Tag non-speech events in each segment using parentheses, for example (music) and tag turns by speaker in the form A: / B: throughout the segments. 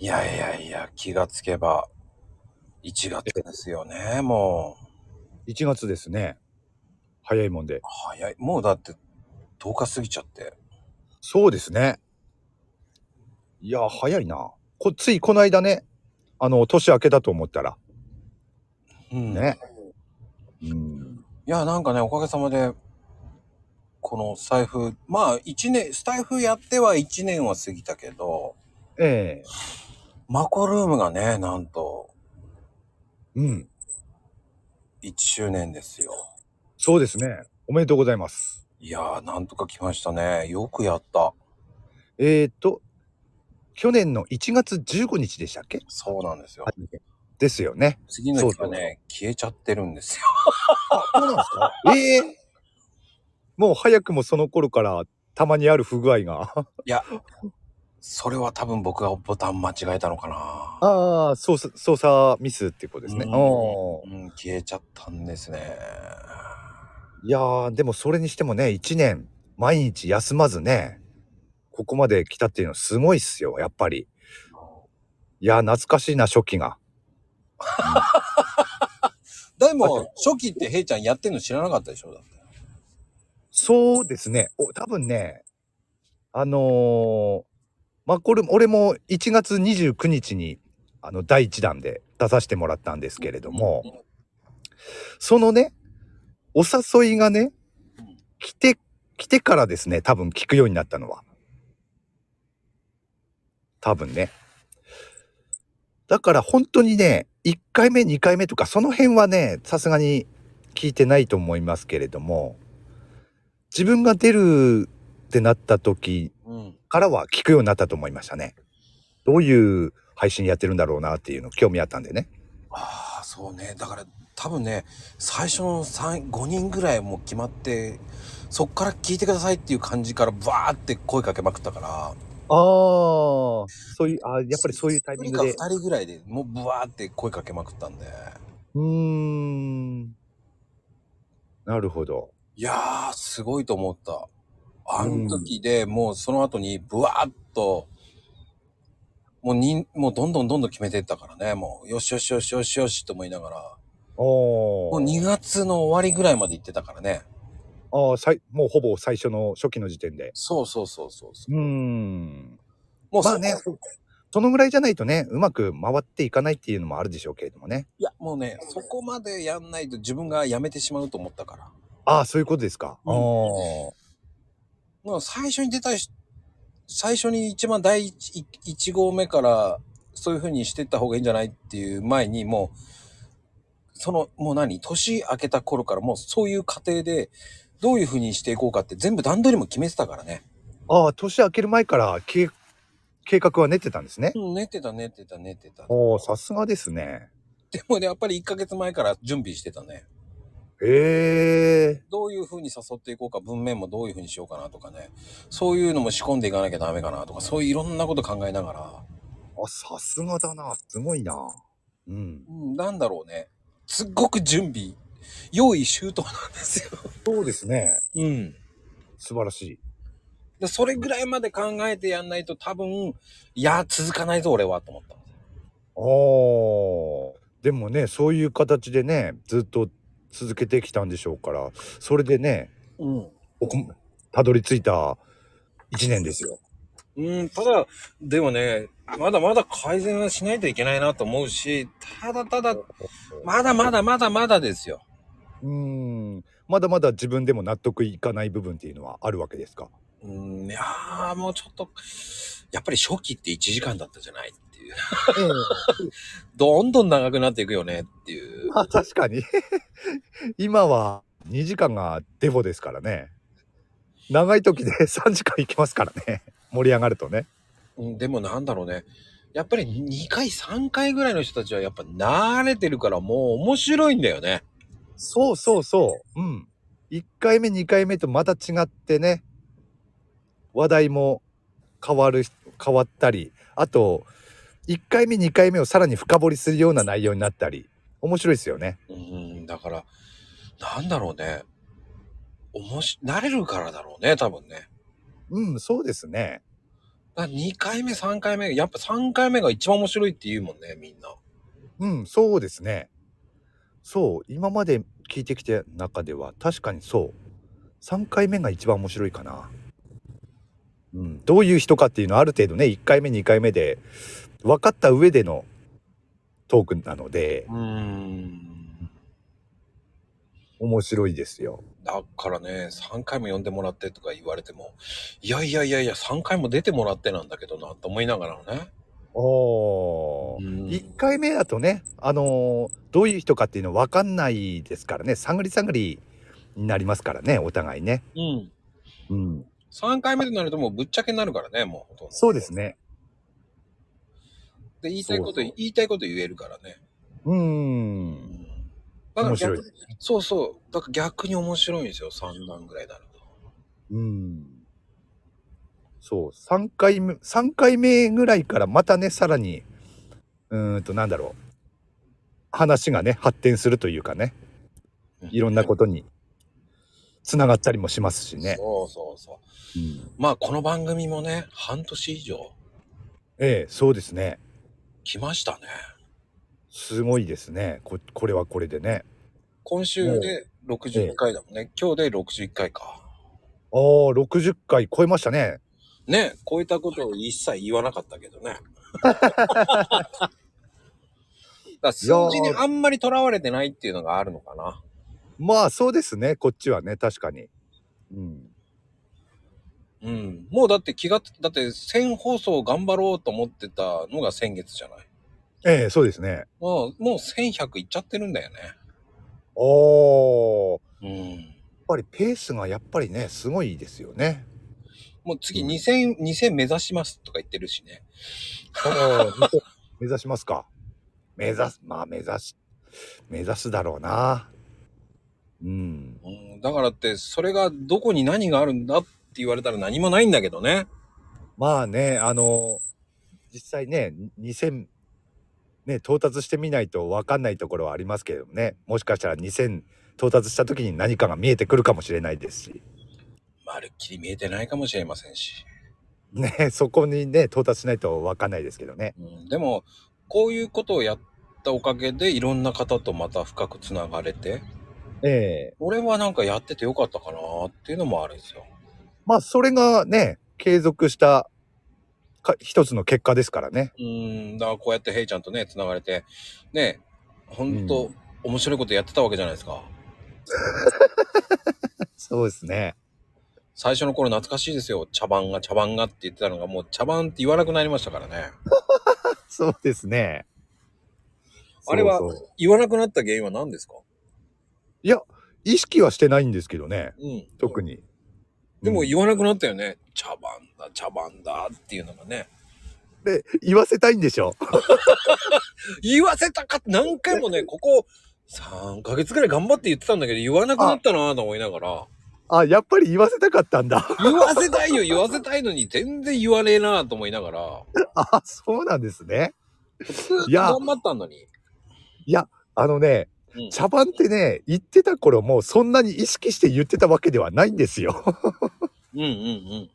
A: いやいやいや、気がつけば、1月ですよね、もう。
B: 1月ですね。早いもんで。
A: 早い。もうだって、10日過ぎちゃって。
B: そうですね。いや、早いな。こついこの間ね、あの、年明けだと思ったら。
A: うん
B: ね。うん。
A: いや、なんかね、おかげさまで、このスタイフ、まあ、一年、スタイフやっては1年は過ぎたけど、
B: ええ
A: マコルームがね、なんと、
B: うん。
A: 1周年ですよ。
B: そうですね。おめでとうございます。
A: いやー、なんとか来ましたね。よくやった。
B: えー、っと、去年の1月15日でしたっけ
A: そうなんですよ。
B: ですよね。
A: 次の日
B: そ
A: が
B: うそう
A: ね、消えちゃってるんですよ。
B: そうなんで
A: (laughs)
B: すかええもう早くもその頃からたまにある不具合が。
A: それは多分僕がボタン間違えたのかな。
B: ああ、操作、操作ミスっていうことですね。
A: うん
B: おー
A: うん、消えちゃったんですね。
B: いやー、でもそれにしてもね、一年、毎日休まずね、ここまで来たっていうのはすごいっすよ、やっぱり。いやー、懐かしいな、初期が。
A: でも、初期ってヘイちゃんやってんの知らなかったでしょだって。
B: そうですね。お、多分ね、あのー、まあ、これ、俺も1月29日に、あの、第1弾で出させてもらったんですけれども、そのね、お誘いがね
A: うん、
B: 来て、来てからですね、多分聞くようになったのは。多分ね。だから本当にね、1回目、2回目とか、その辺はね、さすがに聞いてないと思いますけれども、自分が出るってなった時
A: うん。
B: からは聞くようになったと思いましたね。どういう配信やってるんだろうなっていうの興味あったんでね。
A: ああ、そうね。だから、多分ね、最初の3、5人ぐらいもう決まって、そっから聞いてくださいっていう感じから、バーって声かけまくったから。
B: ああ、そういう、あーやっぱりそういうタイミングで
A: 1。人か2人ぐらいでもう、ブワーって声かけまくったんで。
B: うーん。なるほど。
A: いやー、すごいと思った。あの時で、もうその後に、ブワーっと、もうに、もうどんどんどんどん決めてったからね、もう、よしよしよしよしよしと思いながら、
B: お
A: もう2月の終わりぐらいまで行ってたからね。
B: ああ、さいもうほぼ最初の初期の時点で。
A: そうそうそうそうそう
B: うーん。
A: もうそ
B: まあね、そのぐらいじゃないとね、うまく回っていかないっていうのもあるでしょうけれどもね。
A: いや、もうね、そこまでやんないと自分がやめてしまうと思ったから。
B: ああ、そういうことですか。
A: うん
B: ああ。
A: まあ、最初に出たし、最初に一番第一、い一号目から、そういう風にしてった方がいいんじゃないっていう前に、もう、その、もう何年明けた頃からもうそういう過程で、どういう風にしていこうかって全部段取りも決めてたからね。
B: ああ、年明ける前から計計画は練ってたんですね。
A: うん、寝てた、寝てた、寝てた。
B: おお、さすがですね。
A: でもね、やっぱり1ヶ月前から準備してたね。
B: へえ。
A: どういう風に誘っていこうか、文面もどういう風にしようかなとかね。そういうのも仕込んでいかなきゃダメかなとか、そういういろんなこと考えながら。
B: あ、さすがだな。すごいな。うん。
A: うんなんだろうね。すっごく準備、用意周到なんですよ。
B: そうですね。
A: うん。
B: 素晴らしい。
A: で、それぐらいまで考えてやんないと多分、いや、続かないぞ、俺は、と思った。
B: ああ。でもね、そういう形でね、ずっと続けてきたんでしょうから、それでね、
A: うん。
B: 僕もたどり着いた一年ですよ。
A: うん、ただ、でもね、まだまだ改善はしないといけないなと思うし、ただただ、まだまだまだまだですよ。
B: うーん。まだまだ自分でも納得いかない部分っていうのはあるわけですか。
A: うん、いやー、もうちょっと、やっぱり初期って1時間だったじゃないっていう。
B: ええ
A: どんどん長くなっていくよねっていう。
B: まあ確かに (laughs) 今は2時間がデフォですからね長い時で (laughs) 3時間いきますからね盛り上がるとね
A: うん、でもなんだろうね。やっぱり2回、3回ぐらいの人たちはやっぱ慣れてるからもう面白いんだよね。
B: そうそうそううん1回目2回目とまた違ってね話題も変わる変わったりあと1回目2回目をさらに深掘りするような内容になったり面白いですよね
A: うん、だから、なんだろうね。おもし、慣れるからだろうね、多分ね。
B: うんそうですね
A: あ2回目、3回目、やっぱ3回目が一番面白いって言うもんね、みんな。
B: うん、そうですね。そう、今まで聞いてきた中では、確かにそう。3回目が一番面白いかな。うん、どういう人かっていうのはある程度ね、1回目、2回目で分かった上でのトークなので、
A: うーん。
B: 面白いですよ。
A: だからね、3回も呼んでもらってとか言われても、いやいやいやいや、3回も出てもらってなんだけどな、と思いながらのね。
B: おー。
A: うん
B: 1回目だとね、あのーどういう人かっていうの分かんないですからね、探り探りになりますからね、お互いね。
A: うん。
B: うん。
A: 3回目となるともうぶっちゃけになるからね、もうほとんど。
B: そうですね。
A: で、言いたいこと、
B: そうそう
A: 言いたいこと言えるからね。
B: う。
A: うんん。だから
B: 面白
A: 逆
B: い
A: に、そうそう。だから逆に面白いんですよ、3段ぐらいになると。
B: うん。そう、3回目、3回目ぐらいからまたね、さらに、うーんと、なんだろう。話がね、発展するというかね、いろんなことに、つながったりもしますしね。
A: そうそうそう。
B: うん
A: まあこの番組もね、半年以上
B: ええ、そうですね。
A: 来ましたね。
B: すごいですね。ここれはこれでね。
A: 今週で61回だもんね。今日で61回か。
B: ああ、60回超えましたね。
A: ね、こういったことを一切言わなかったけど
B: (laughs)
A: ね。だから数字にあんまりとらわれてないっていうのがあるのかな。
B: まあ、そうですね。こっちはね、確かに。うん。
A: うん。もうだって気がつ、だって1000放送頑張ろうと思ってたのが先月じゃない。
B: ええ、そうですね。
A: もう、もう1100いっちゃってるんだよね。
B: ああ。
A: うん。
B: やっぱりペースがやっぱりねすごいですよね。
A: もう次2000、2000目指しますとか言ってるしね。
B: 目指しますか目指すまあ目指す目指すだろうな。うん
A: うん、だからって、それがどこに何があるんだって言われたら何もないんだけどね。
B: まあねあの実際ね2000ね到達してみないと分かんないところはありますけれどもねもしかしたら2000到達した時に何かが見えてくるかもしれないですし
A: まるっきり見えてないかもしれませんし。
B: ねそこにね到達しないと分かんないですけどね。
A: うん、でも、こういうことをやったおかげで、いろんな方とまた深くつながれて、
B: ええ
A: 俺はなんかやっててよかったかなっていうのもあるんですよ。
B: まあそれがね継続したか一つの結果ですからね。
A: うん、だからこうやってヘイちゃんとね、つながれて、ね、ほん
B: う
A: と
B: ん、
A: 面白いことやってたわけじゃないですか。
B: そうですね。
A: 最初の頃懐かしいですよ。茶番が、茶番がって言ってたのが、もう茶番って言わなくなりましたからね。
B: そうですね。
A: あれは
B: そうそう
A: 言わなくなった原因は何ですか
B: いや、意識はしてないんですけどね、
A: うん。
B: 特に。
A: でも
B: うん
A: 言わなくなったよね。茶番だ、茶番だっていうのがね。
B: で言わせたいんでしょ。 (laughs)
A: 言わせたかって何回
B: (laughs)
A: もね、ここ3ヶ月ぐらい頑張って言ってたんだけど、言わなくなったなぁと思いながら、
B: あ、やっぱり言わせたかったんだ。 (laughs)
A: 言わせたいよ、言わせたいのに全然言わねえなぁと思いながら、
B: あ、そうなんですね。
A: ずーっと
B: いや
A: 頑張ったのに。
B: あのね、
A: うん
B: 茶番ってね、言ってた頃もそんなに意識して言ってたわけではないんですよ。
A: うんうん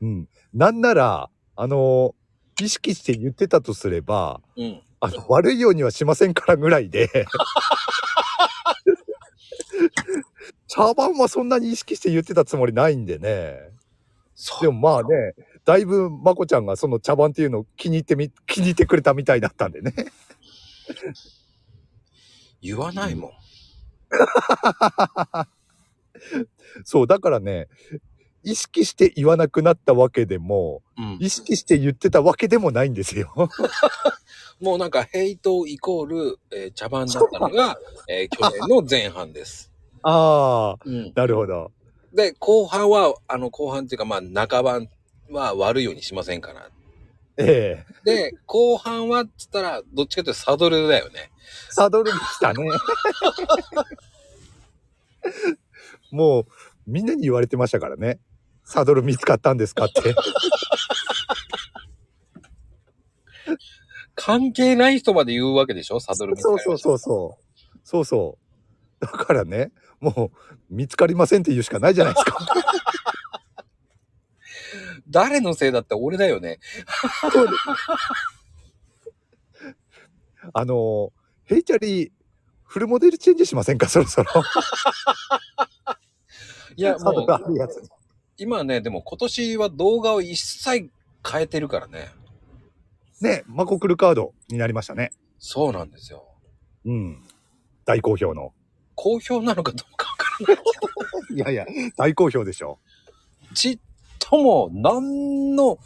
B: うん。なんなら、あの、意識して言ってたとすれば、
A: うん。うん。
B: あの、悪いようにはしませんからぐらいで。茶番はそんなに意識して言ってたつもりないんでね。
A: そ
B: でもまあね、だいぶまこちゃんがその茶番っていうのを気に入ってみ、気に入ってくれたみたいだったんでね。
A: 言わないもん。
B: そう、だからね、意識して言わなくなったわけでも、
A: うん、
B: 意識して言ってたわけでもないんですよ。
A: もうなんか、ヘイトイコール、えー茶番だったのが、えー去年の前半です。
B: ああ、
A: うん、
B: なるほど。
A: で、後半は、あの、後半っていうか、まあ、中盤は悪いようにしませんから。
B: ええ
A: で、後半は、つったら、どっちかというとサドルだよね。
B: サドルでしたね。もう、みんなに言われてましたからね。サドル見つかったんですかって。
A: 関係ない人まで言うわけでしょサドルみたい
B: そ
A: な
B: うそうそうそう。そうそう。だからね、 (laughs) もう、見つかりませんって言うしかないじゃないですか。
A: 誰のせいだって俺だよね。
B: あのー、ヘイチャリ、フルモデルチェンジしませんか、そろそ (laughs) ろ。
A: いや、もう
B: 角、があるやつに
A: 今ね、でも今年は動画を一切変えてるからね。
B: ね、マコクルカードになりましたね。
A: そうなんですよ。
B: うん。大好評の。
A: 好評なのかどうかわからない。
B: いやいや、大好評でしょ。
A: ちっとも、何の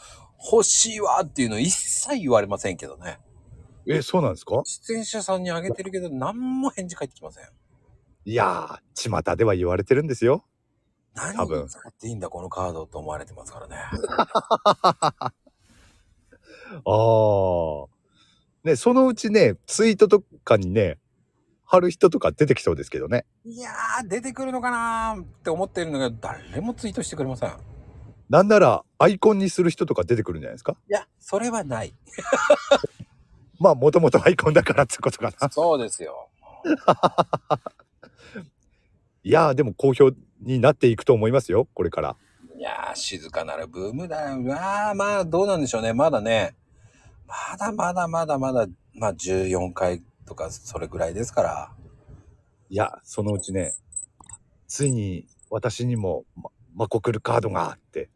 A: 欲しいわっていうの一切言われませんけどね。
B: え、そうなんですか
A: 出演者さんにあげてるけど、何も返事返ってきません。
B: いやー、巷では言われてるんですよ。多分
A: 何使っていいんだ、このカードと思われてますからね。 (laughs)
B: ああ。ね、そのうちね、ツイートとかにね、貼る人とか出てきそうですけどね。
A: いやー、出てくるのかなーって思ってるんだけど、誰もツイートしてくれません。い
B: なんなら、アイコンにする人とか出てくるんじゃないですか
A: や、それはない。
B: まあ、もとも (laughs) とアイコンだからってことかな。
A: (laughs) そうですよ。
B: いやー、でも好評になっていくと思いますよ、これから。
A: いやー、静かなるブームだよ。まあまあ、どうなんでしょうね。まだね。まだまだまだまだ、まあ14回とかそれぐらいですから。
B: いや、そのうちね、ついに私にも、ま、マコクルカードがって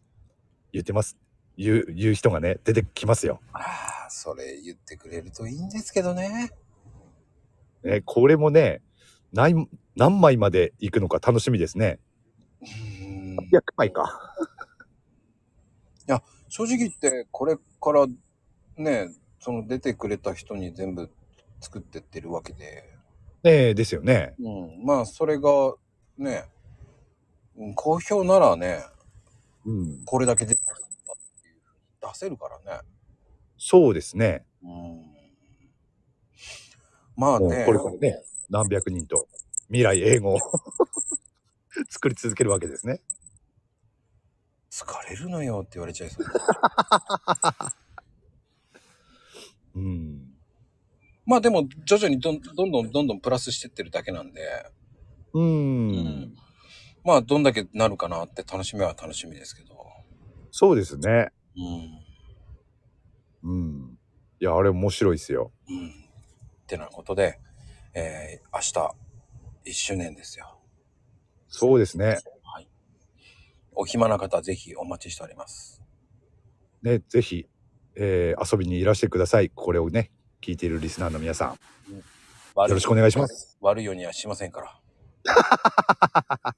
B: 言ってます。言う、言う人がね、出てきますよ。
A: ああ、それ言ってくれるといいんですけどね。
B: ね、これもね、何、何枚まで行くのか楽しみですね。
A: うーん
B: 100枚か。
A: 正直言って、これからね、その出てくれた人に全部作ってってるわけで。
B: ねえ、ですよね。
A: うん。まあ、それが、ね、うん好評ならね、
B: うん。
A: これだけ出てくれたっていうふうに出せるからね。
B: そうですね。
A: うんまあ
B: もう
A: ね、
B: これからね、何百人と未来英語を (laughs) 作り続けるわけですね。
A: 疲れるのよって言われちゃいそう。
B: うん。
A: まあでも、徐々にどんどんどんどんどんプラスしてってるだけなんで、
B: う。
A: うんまあ、どんだけなるかなって楽しみは楽しみですけど。
B: そうですね。
A: うん。
B: うん。いや、あれ面白いですよ。
A: うん。ってなことで、えー、明日、1周年ですよ。
B: そうですね。
A: はい。お暇な方、ぜひお待ちしております。
B: ね、ぜひ、えー遊びにいらしてください。これをね、聞いているリスナーの皆さん、よ
A: よ
B: ろしくお願いします。
A: す。悪いようにはしませんから。